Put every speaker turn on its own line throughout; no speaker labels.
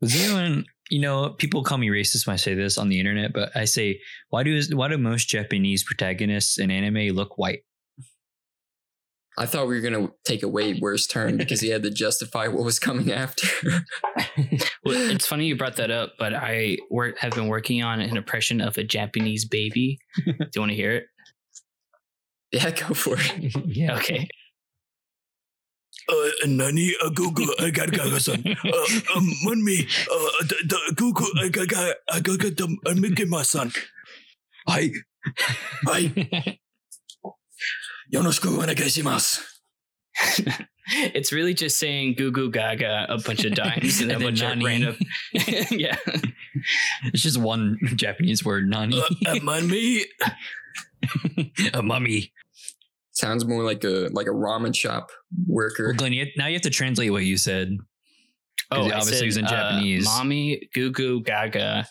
Was anyone, you know, people call me racist when I say this on the internet, but I say, why do why do most Japanese protagonists in anime look white?
I thought we were gonna take a way worse turn because he had to justify what was coming after.
Well, it's funny you brought that up, but I work, have been working on an impression of a Japanese baby. Do you want to hear it?
yeah, go for it.
yeah.
Okay.
Uh, nani a gugu agaragasan. Uh, um, munmi uh, the, the gugu agaga agagadam amikimasan. Hi. Hi. Yonoshiku onegaishimasu.
it's really just saying goo goo gaga a bunch of times
And
and, a
then
bunch
nani.
of random. yeah.
It's just one Japanese word, nani.
Uh, uh, munmi.
Uh.
a mummy.
Sounds more like a like a ramen shop
Well,
worker.
Glenn, you, now you have to translate what you said. 'Cause it
I
obviously was in
uh,
Japanese.
mommy goo goo gaga.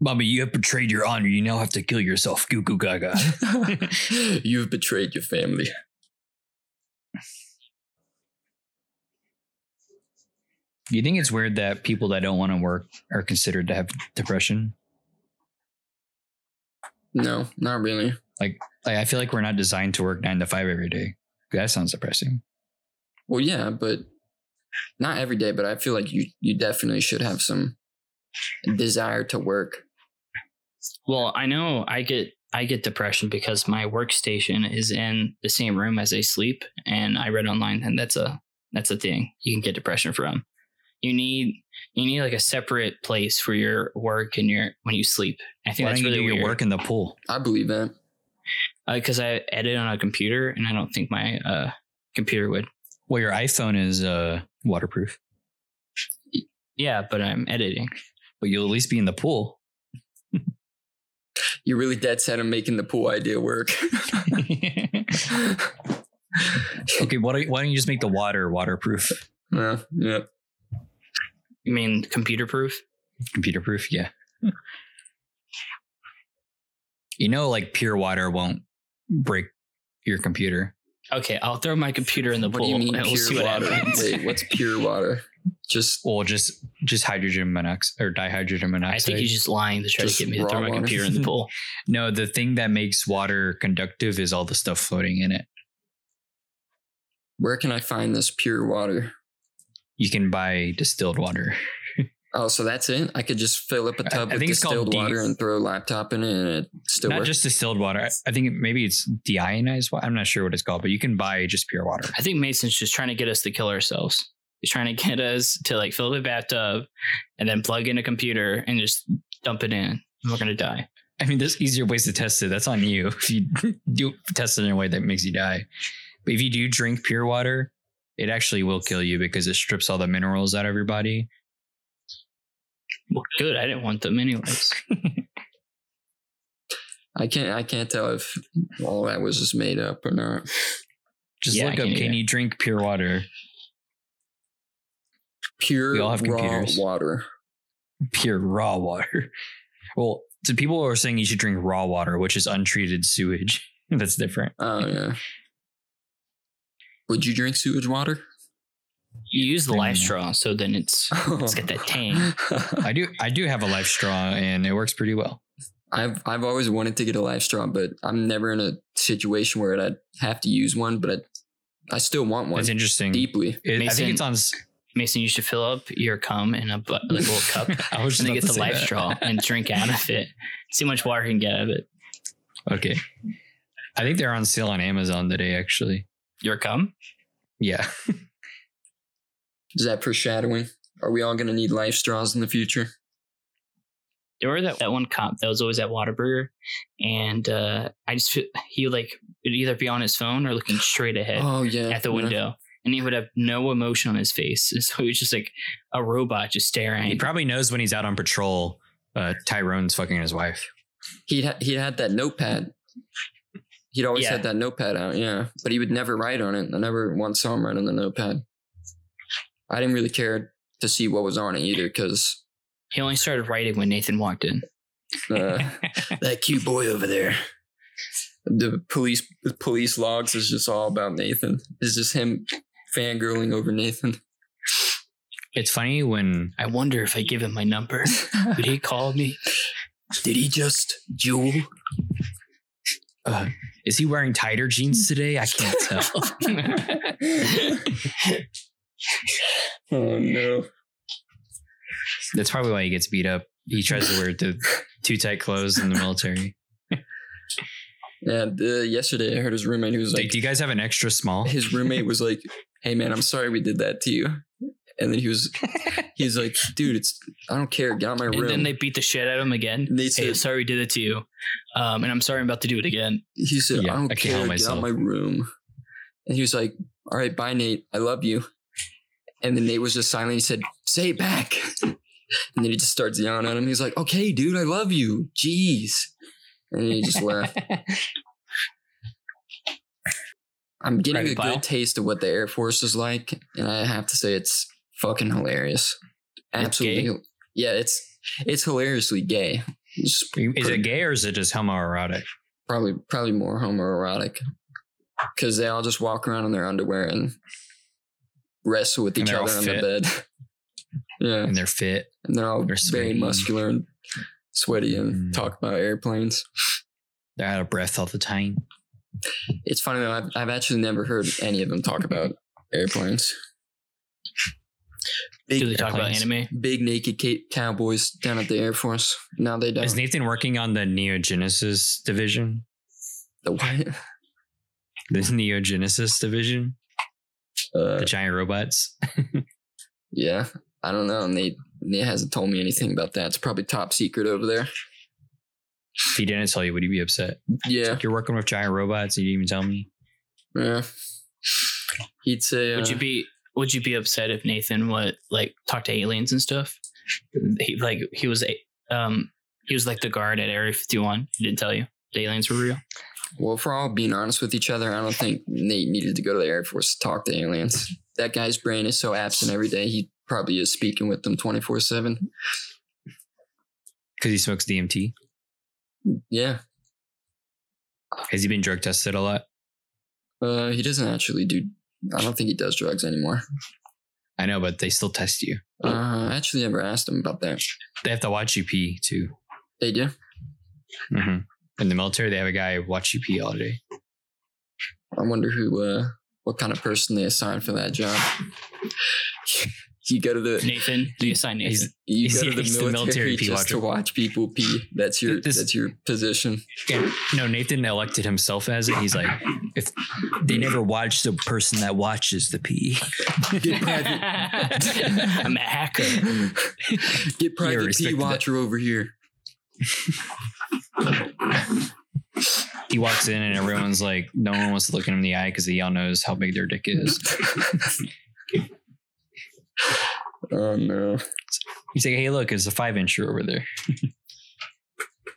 Bobby, you have betrayed your honor. You now have to kill yourself. Goo goo gaga.
You've betrayed your family.
Do you think it's weird that people that don't want to work are considered to have depression?
No, not really.
Like, I feel like we're not designed to work nine to five every day. That sounds depressing.
Well, yeah, but not every day. But I feel like you you definitely should have some desire to work.
Well, I know I get I get depression because my workstation is in the same room as I sleep, and I read online and that's a that's a thing you can get depression from. You need you need like a separate place for your work and your when you sleep. I think
Why
that's
don't you
really
do
weird.
your work in the pool?
I believe that.
because I edit on a computer, and I don't think my uh, computer would.
Well, your iPhone is uh, waterproof,
Yeah, but I'm editing.
but you'll at least be in the pool.
You're really dead set on making the pool idea work.
Okay, why don't, why don't you just make the water waterproof,
yeah, yeah.
You mean computer proof?
computer proof? Yeah. You know, like pure water won't break your computer.
Okay, I'll throw my computer in the
What do
pool
you mean
and
pure
we'll see what
water?
happens.
Wait, what's pure water? Just
Well, just just hydrogen monoxide or dihydrogen
I
monoxide.
think he's just lying to try
Just
to get me to
raw
throw my
water.
computer in the pool.
No, the thing that makes water conductive is all the stuff floating in it.
where can I find this pure water?
You can buy distilled water.
Oh, so that's it? I could just fill up a
I-
tub
I
with
think it's called
distilled
de-
water and throw a laptop in it, and it still
Not
works.
just distilled water. I, I think it, maybe it's deionized water. I'm not sure what it's called, but you can buy just pure water.
I think Mason's just trying to get us to kill ourselves. He's trying to get us to like fill the bathtub and then plug in a computer and just dump it in. We're gonna die.
I mean, there's easier ways to test it. That's on you. If you do test it in a way that makes you die. But if you do drink pure water, it actually will kill you because it strips all the minerals out of your body.
Well, good. I didn't want them anyways.
I can't. I can't tell if all that was just made up or not.
Just
Yeah, I
look up
can't
can
either.
you drink pure water?
Pure
We all have
raw
computers.
water.
Pure raw water. Well, so people are saying you should drink raw water, which is untreated sewage. That's different.
Oh yeah. Would you drink sewage water?
You use the
Mm.
life straw, so then it's it's got that tang.
I do I do have a life straw and it works pretty well.
I've I've always wanted to get a life straw, but I'm never in a situation where I'd have to use one. But I, I still want one
It's interesting.
deeply.
It- I
Mason-
think it's on. s-
Mason, you should fill up your cum in a bu- like a little cup and
I was just
then
about
get
to
the
say
life
that.
straw and drink out of it. See how much water you can get out of it.
Okay, I think they're on sale on Amazon today. Actually,
Your cum?
yeah.
Is that foreshadowing? Are we all going to need life straws in the future?
there were that, that one cop that was always at Waterburger, and uh, I just feel he like would either be on his phone or looking straight ahead
Oh yeah,
at the
yeah.
window, and he would have no emotion on his face, and so he was just like a robot just
He
staring.
probably knows when he's out on patrol. Uh, Tyrone's fucking his wife.
He'd ha- he had that notepad. He'd always
Yeah.
had that notepad out, yeah. But he would never write on it. I never once saw him write on the notepad. I didn't really care to see what was on it either, because
he only started writing when Nathan walked in.
uh, that cute boy over there. The police the police logs is just all about Nathan. It's just him fangirling over Nathan.
It's funny when
I wonder if I give him my number. Would he call me?
Did he just jewel?
uh, is he wearing tighter jeans today? I can't tell.
Oh no.
That's probably why he gets beat up. He tries to wear the too tight clothes in the military.
Yeah, the, yesterday I heard his roommate who was
Like,
like
do you guys have an extra small?
his roommate was like, "Hey man, I'm sorry we did that to you." And then he was he was like, "Dude, it's I don't care. Get out of my room."
And then they beat the shit out of him again.
And they
Hey,
said,
sorry we did it to you. Um, and I'm sorry I'm about to do it again.
he said,
Yeah,
"I don't
I can't
care.
help
Get out
myself.
of my room." And he was like, "All right, bye, Nate. I love you." And then Nate was just silent. He said, "Say it back." And then he just starts yelling at him. He's like, "Okay, dude, I love you. Jeez." And then he just left. I'm getting
Private
a
Pyle?
good taste of what the Air Force is like, and I have to say it's fucking hilarious.
gay?
Absolutely, yeah, it's it's hilariously gay. It's
Is
pretty-
it gay or is it just homoerotic?
probably probably more homoerotic because they all just walk around in their underwear and wrestle with
And
each
they're all
other on the
fit.
bed. yeah,
And they're fit.
and they're all
they're
very
sweaty.
muscular and sweaty and
Mm.
talk about airplanes.
They're out of breath all the time.
It's funny though. I've, I've actually never heard any of them talk about airplanes.
Do they
Big,
talk about
airplanes.
anime?
big naked ca- cowboys down at the Air Force. Now they don't.
Is Nathan working on the Neo Genesis division?
the white.
The Neo Genesis division?
Uh,
The giant robots?
yeah, I don't know. Nate, Nate hasn't told me anything about that. It's probably top secret over there.
If he didn't tell you, would you be upset?
Yeah,
You're working with giant robots. You didn't even tell me.
yeah. He'd say,
Would you
uh,
be Would you be upset if Nathan would like talk to aliens and stuff? He like he was a um he was like the guard at Area 51. He didn't tell you the aliens were real.
well, if we're all being honest with each other, I don't think Nate needed to go to the Air Force to talk to aliens. That guy's brain is so absent every day. He probably is speaking with them 24 7.
Because he smokes DMT.
Yeah.
Has he been drug tested a lot?
Uh, he doesn't actually do, I don't think he does drugs anymore.
I know, but they still test you.
Uh, I actually never asked him about that.
They have to watch you pee too.
They do?
In the military, they have a guy watch you pee all day.
I wonder who, uh, what kind of person they assign for that job. you go to the.
Nathan, do you assign Nathan?
He's,
You
He's-
go to the
he's
military,
the military pee
just to
watcher.
watch people pee. That's your
This-
that's your position.
and, no, Nathan elected himself as it. He's like, if they never watch the person that watches the pee,
Get private,
I'm a hacker.
get private
respect
pee
that.
watcher over here.
he walks in and everyone's like, no one wants to look him in the eye because he all knows how big their dick is.
Oh no!
He's like, hey, look, it's a five incher over there.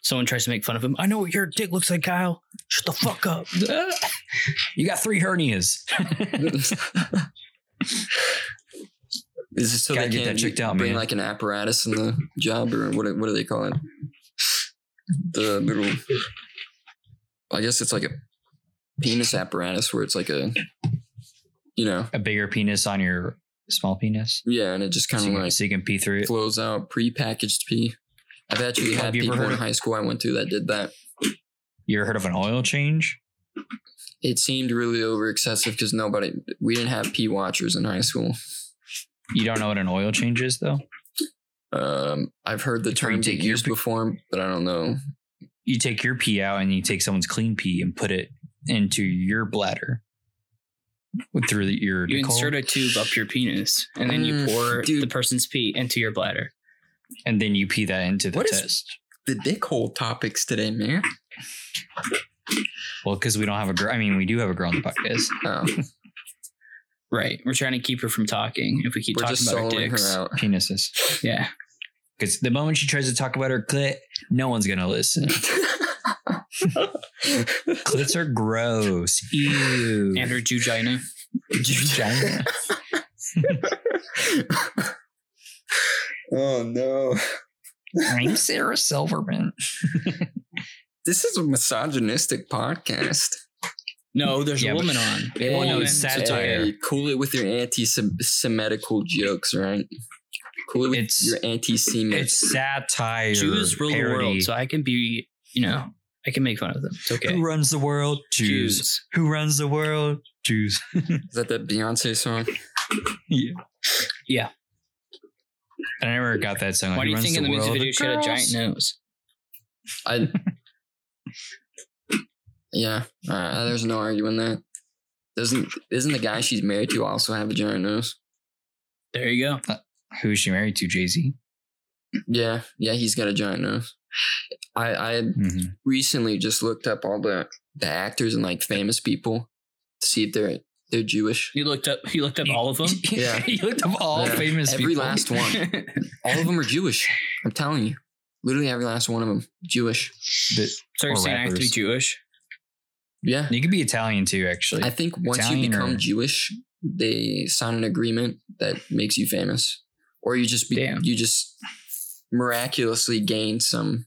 Someone tries to make fun of him. I know what your dick looks like, Kyle. Shut the fuck up.
You got three hernias.
Is this so
Gotta
they
get that
can't
checked out,
bring
man.
like an apparatus in the job or what? What do they call it? The little, I guess it's like a penis apparatus where it's like a, you know,
a bigger penis on your small penis.
yeah, and it just
So
kind
you,
of
can,
like
so you can pee through it.
flows out pre-packaged pee. I've actually
Have
had
you ever
people
heard
in
of-
high school I went to that did that.
You ever heard of an oil change?
It seemed really over excessive because nobody, we didn't have pee watchers in high school.
You don't know what an oil change is, though?
Um, I've heard the
It's where you
term
take
get
your
used
pee-
before, but I don't know.
you take your pee out and you take someone's clean pee and put it into your bladder with- through the, your
You
Nicole,
insert a tube up your penis, and then you
Mm,
pour
dude.
the person's pee into your bladder.
and then you pee that into the
What is-
test.
The dick hole topics today, man.
well, because we don't have a girl. I mean, we do have a girl on the podcast.
Oh,
Right. We're trying to keep her from talking. If we keep
we're
talking
just
about our
soloing
dicks,
her out.
Penises.
yeah.
Because the moment she tries to talk about her clit, no one's gonna listen. Clits are gross. Ew.
And her jugina.
Vagina.
oh no!
I'm Sarah Silverman.
This is a misogynistic podcast.
No, there's
Yeah,
a
but-
woman on.
Hey,
Woman.
no,
So
satire.
it's okay.
Satire.
Hey, cool it with your anti-Semitical jokes, right? Cool it with
It's-
your anti-Semitic.
It's satire.
Jews rule the world, so I can be, you know, I can make fun of them. It's okay.
Who runs the world? Jews. Who runs the world? Jews.
Is that that Beyonce song?
yeah.
Yeah.
I never got that song.
Why do you think in the music video she had a giant nose?
I. yeah, uh, there's no arguing that. Doesn't isn't the guy she's married to also have a giant nose?
There you go.
Who is she married to? Jay Z.
Yeah, yeah, he's got a giant nose. I I recently just looked up all the the actors and like famous people to see if they're they're Jewish.
You looked up. You looked up all of them.
Yeah.
you looked up all
Yeah.
famous
Every
people.
last one. All of them are Jewish. I'm telling you. Literally every last one of them Jewish.
The- Or
so you're saying I have to be
rappers.
Jewish?
Yeah.
you could be Italian too, actually.
I think once you
Italian
become
or-
Jewish, they sign an agreement that makes you famous, or you just be,
Damn.
you just miraculously gain some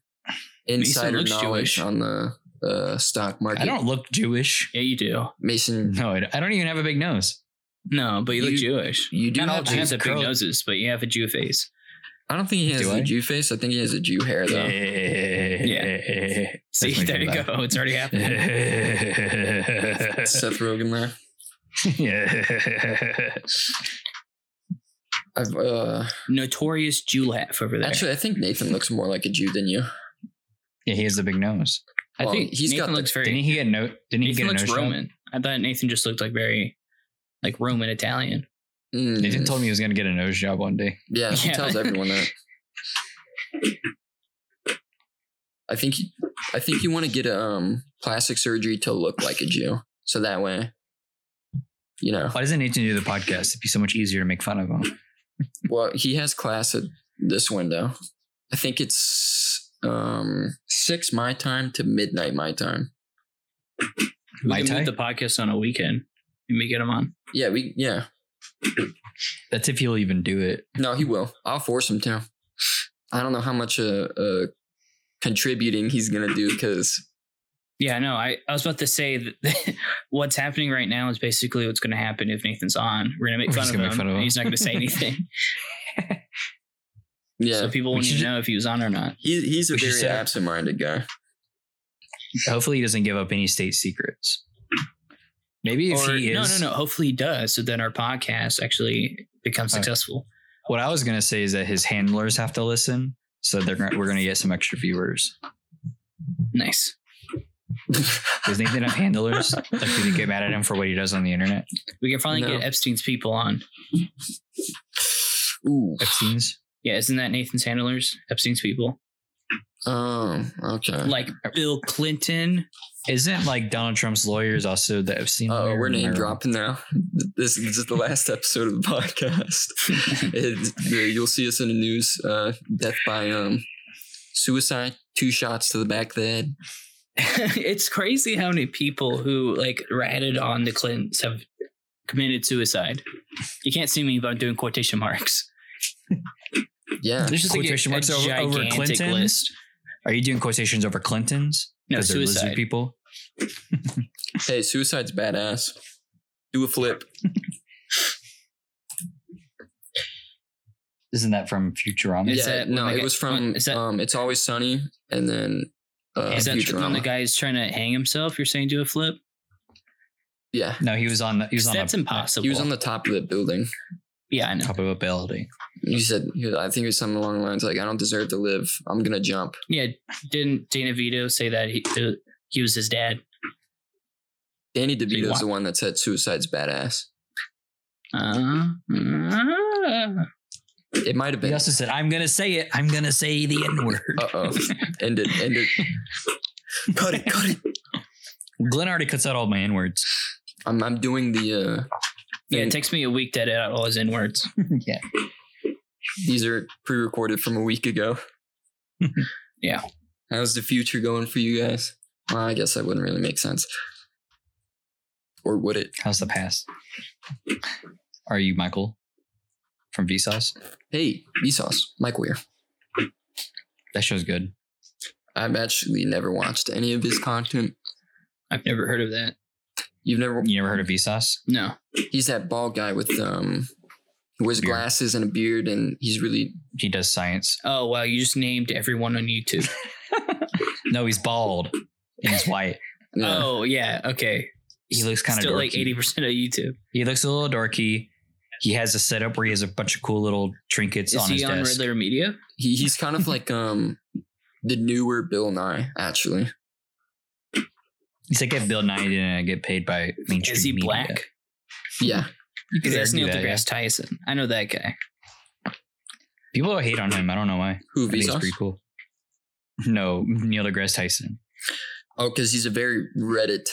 insider
looks
knowledge
Jewish.
on the uh, stock market.
I don't look Jewish.
Yeah, you do.
Mason,
No, I I don't even have a big nose.
No, but you,
You-
look Jewish.
you do
Not all
have.
Jews
Jews.
have big noses, but you have a Jew face.
I don't think he has
Do
a
I?
Jew face. I think he has a Jew hair though.
Yeah.
See, there you go. It's already happening.
Seth Rogen there. I've uh,
Notorious Jew laugh over there.
actually I think Nathan looks more like a Jew than you.
Yeah, he has a big nose.
I
well,
think
he's got
Nathan
the-
looks
Didn't
very.
he get no? Didn't he
Nathan
get a
looks
nose job?
Roman. I thought Nathan just looked like very, like Roman Italian.
Mm,
Nathan told me he was going to get a nose job one day.
Yeah, he
Yeah.
tells everyone that. I think you, I think you want to get a um, plastic surgery to look like a Jew, so that way, you know.
Why doesn't Nathan do the podcast? It'd be so much easier to make fun of him.
Well, he has class at this window. I think it's um six my time to midnight my time.
We
Mai
can
Tai?
move the podcast on a weekend and we get him on.
Yeah, we yeah.
That's if he'll even do it.
No, he will. I'll force him to. I don't know how much uh, uh contributing he's gonna do because
Yeah, no, I, I was about to say that what's happening right now is basically what's going to happen if Nathan's on. We're going to make
We're
fun
just
of
gonna
him.
make fun of
and
him.
He's not going to say anything.
yeah,
So people
We
won't
should
even
ju-
know if he was on or not.
he, he's a
We should
very
set-
absent-minded guy.
Hopefully, he doesn't give up any state secrets. Maybe if
or,
he
no, no,
is.
no. Hopefully he does. So then our podcast actually becomes
Okay.
successful.
What I was going to say is that his handlers have to listen, so they're gonna, we're going to get some extra viewers.
Nice.
Does Nathan have handlers? Like, do they get mad at him for what he does on the internet?
We can finally
No.
get Epstein's people on.
Ooh.
Epstein's.
Yeah, isn't that Nathan's handlers? Epstein's people.
Oh, okay.
Like Bill Clinton.
Isn't like Donald Trump's lawyers also the Epstein?
Oh,
lawyer?
we're
Am I
name
wrong?
dropping now. This is just the last episode of the podcast. It's- you'll see us in the news. Uh, death by um, suicide, two shots to the back of the head.
it's crazy how many people who like ratted on the Clintons have committed suicide. You can't see me, but I'm doing quotation marks.
Yeah.
There's just like,
Quotation
a,
marks
a
over- over
gigantic
Clintons?
list.
Are you doing quotations over Clintons?
No,
'Cause they're lizard
suicide.
people.
Hey, suicide's badass. Do a flip.
Isn't that from Futurama?
Is
yeah.
that
no,
when the
it
guy-
was from
is that-
um, It's Always Sunny, and then uh,
Is that when the
Futurama.
guy is trying to hang himself? You're saying do a flip?
Yeah.
No, he was on. The, he was on.
That's
a,
impossible.
He was on the top of the building.
yeah, I know.
top of a building.
He said, I think it was something along the lines like, I don't deserve to live. I'm going to jump.
Yeah, didn't Dana Vito say that he, uh, he was his dad?
Danny DeVito's
want-
the one that said suicide's badass.
Uh, uh,
It might have
He
been.
also said, "I'm gonna say it. I'm gonna say the N word."
Uh oh. End it. End it. cut it. Cut it.
Glenn already cuts out all my N words.
I'm, I'm doing the. Uh,
yeah, it
thing.
takes me a week to edit out all his in words.
yeah,
These are pre recorded from a week ago.
Yeah.
How's the future going for you guys? Well, I guess that wouldn't really make sense. Or would it?
how's the pass? Are you Michael from Vsauce?
Hey, Vsauce, Mike Weir.
That show's good.
I've actually never watched any of his content.
I've never heard of that.
You've never.
You never heard of Vsauce?
No.
He's that bald guy with um, who wears
Beard.
glasses and a beard, and he's really
He does science.
Oh wow, you just named everyone on YouTube.
No, he's bald and he's white.
yeah.
Oh yeah, okay.
He looks kinda
still like
dorky.
eighty percent of YouTube.
He looks a little dorky. He has a setup where he has a bunch of cool little trinkets
Is
on his
he on
desk.
Riddler Media?
He he's kind of like um, the newer Bill Nye actually.
He's like if Bill Nye didn't get paid by mainstream.
Is he
media.
black?
Yeah,
You could
Because that's
argue
Neil
that, yeah.
deGrasse Tyson. I know that guy.
People hate on him. I don't know why.
who
I think he's
Vsauce?
pretty cool. No, Neil deGrasse Tyson.
Oh, because he's a very Reddit,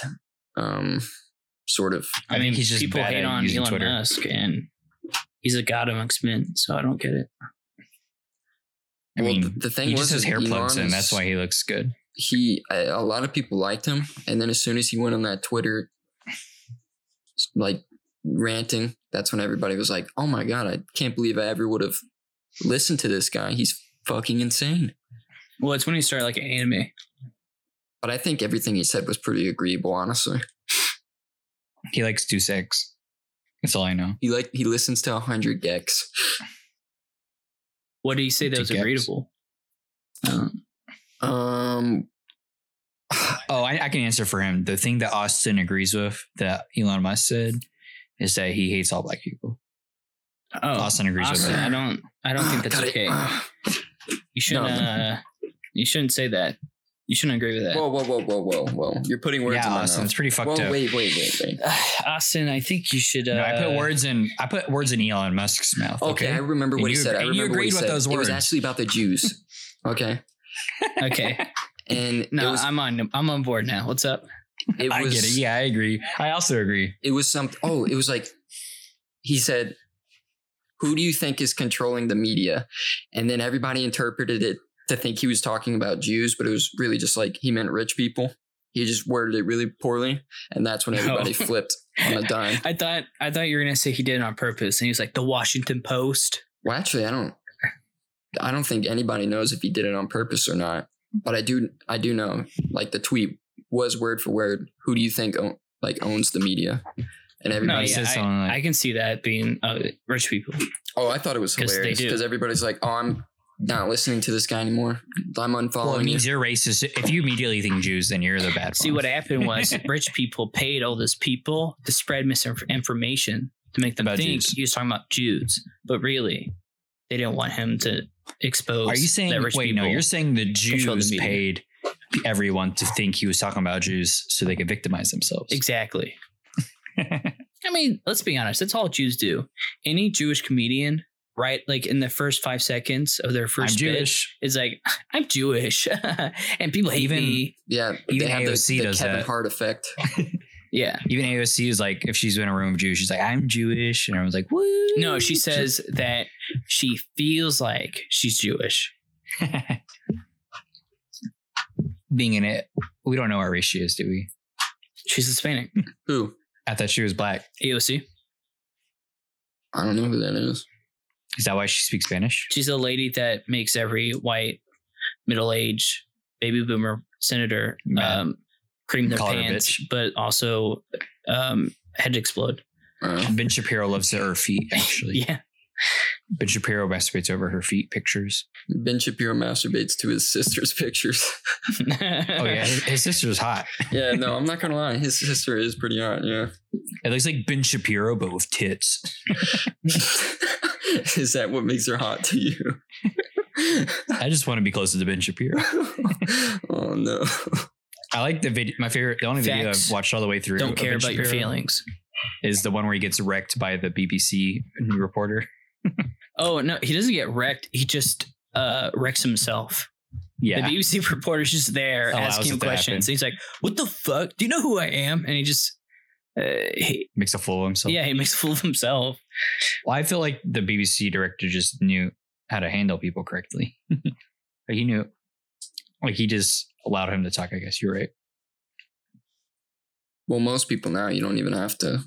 um, sort of.
I think he's just
people
bad
hate
at
on
using
Elon
Twitter.
Musk, and he's a god amongst men. So I don't get it.
I
well,
mean,
the, the thing
he
was
just has
with
hair plugs in.
Elon is
That's why he looks good.
he a, a lot of people liked him, and then as soon as he went on that Twitter, like ranting, that's when everybody was like, "Oh my god, I can't believe I ever would have listened to this guy. He's fucking insane."
Well, it's when he started like anime.
But I think everything he said was pretty agreeable, honestly.
He likes two six. That's all I know.
He like he listens to hundred gex.
What did he say that
To
was
gaps.
agreeable? Um,
Um,
Oh, I, I can answer for him. The thing that Austin agrees with that Elon Musk said is that he hates all black people.
oh,
Austin agrees
Austin,
with
I don't. I don't think that's
got it.
okay.
ah,
You
No.
shouldn't. Uh, you shouldn't say that. You shouldn't agree with that.
Whoa, whoa, whoa, whoa, whoa, whoa! You're putting
that.
words
Yeah,
in my
Austin, it's
mouth.
pretty fucked
Whoa,
up.
wait, wait, wait, wait.
Austin, I think you should. Uh,
No, I put words in. I put words in Elon Musk's mouth.
Okay, I remember
And
what he
you-
said. I
and you
remember what he
agreed with
said.
those
It was
words.
actually about the Jews. okay,
Okay.
and
No,
it was
I'm on. I'm on board now. What's up?
it
I
was
get it. Yeah, I agree. I also agree.
it was something. Oh, it was like he said, "Who do you think is controlling the media?" And then everybody interpreted it to think he was talking about Jews, but it was really just like he meant rich people. He just worded it really poorly, and that's when everybody
Oh.
flipped on a dime.
I thought. I thought you were gonna say he did it on purpose, and he was like the Washington Post.
Well, actually, I don't. I don't think anybody knows if he did it on purpose or not. But I do. I do know. Like the tweet was word for word. Who do you think own, like owns the media? And everybody.
No,
Everybody
yeah,
says
I,
something like-
I can see that being uh, rich people.
Oh, I thought it was
'Cause they
hilarious
do.
because everybody's like, "Oh, I'm not listening to this guy anymore. I'm unfollowing."
Well, it
you."
means you're racist. If you immediately think Jews, then you're the bad.
See
one.
what happened was rich people paid all these people to spread misinformation to make them
About
think
Jews.
he was talking about Jews, but really, they didn't want him to expose.
Are you
that
saying?
rich
Wait,
people
no. You're saying the
control the
Jews
media.
paid everyone to think he was talking about Jews so they could victimize themselves.
exactly. I mean, let's be honest. That's all Jews do. Any Jewish comedian, right? Like in the first five seconds of their
I'm
first bit,
Jewish.
is like I'm Jewish, and people hate
Even-
me.
yeah,
Even
they have
AOC
the, the
does
Kevin
that.
Hart effect.
Yeah.
Even AOC is like, if she's in a room of Jews, she's like, I'm Jewish. And everyone's like, woo.
No, she says that she feels like she's Jewish.
Being in it, we don't know what race she is, do we?
She's Hispanic.
Who?
I thought she was black.
AOC.
I don't know who that is.
Is that why she speaks Spanish?
She's the lady that makes every white, middle aged, baby boomer senator
Mad.
um, cream their
Call her a
pants, but also um, head explode.
Uh,
Ben Shapiro loves her feet, actually.
Yeah.
Ben Shapiro masturbates over her feet pictures.
ben Shapiro masturbates to his sister's pictures.
Oh, yeah. His, his sister's hot.
yeah, no, I'm not gonna lie. His sister is pretty hot. Yeah,
It looks like Ben Shapiro, but with tits.
is that what makes her hot to you?
I just want to be closer to Ben Shapiro.
oh no.
I like the video. My favorite, the only video
Facts.
I've watched all the way through.
Don't
of
care
Ben
about your
Shapiro
feelings.
Is the one where he gets wrecked by the BBC reporter.
Oh, no, he doesn't get wrecked. He just uh, wrecks himself.
Yeah.
The BBC reporter's just there
Allows
asking him
it to
questions.
happen.
He's like, "What the fuck? Do you know who I am?" And he just, uh, he,
makes a fool of himself.
yeah, he makes a fool of himself.
Well, I feel like the BBC director just knew how to handle people correctly. like he knew, like he just allowed him to talk. I guess you're right.
Well, most people now you don't even have to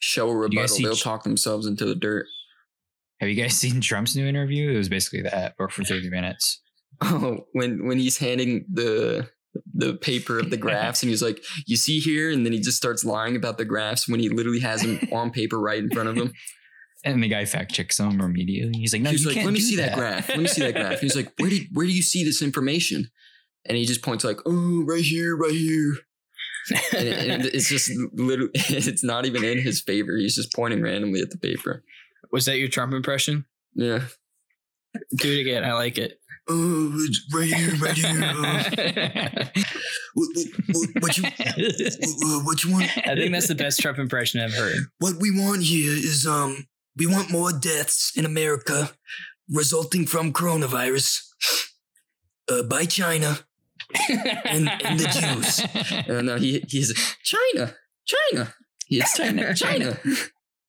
show a
You guys
rebuttal.
see
They'll
Ch-
talk themselves into the dirt.
Have you guys seen Trump's new interview? It was basically that, or for 30 minutes.
Oh, when when he's handing the the paper of the graphs and he's like, "You see here," and then he just starts lying about the graphs when he literally has them on paper right in front of him.
And the guy fact checks him immediately. He's like, no,
he's
you
like,
can't
"Let me
do
see that. graph. Let me see that graph." He's like, "Where did where do you see this information?" And he just points like, "Oh, right here, right here." And, it- and it's just literally, it's not even in his favor. He's just pointing randomly at the paper.
Was that your Trump impression?
Yeah.
Do it again. I like it.
Oh, it's right here, right here. Uh, what, what, what you what, what you want?
I think that's the best Trump impression I've heard.
What we want here is um, we want more deaths in America resulting from coronavirus uh, by China.
and,
and the Jews.
uh, And no, he he's China, China. Yes, China, China.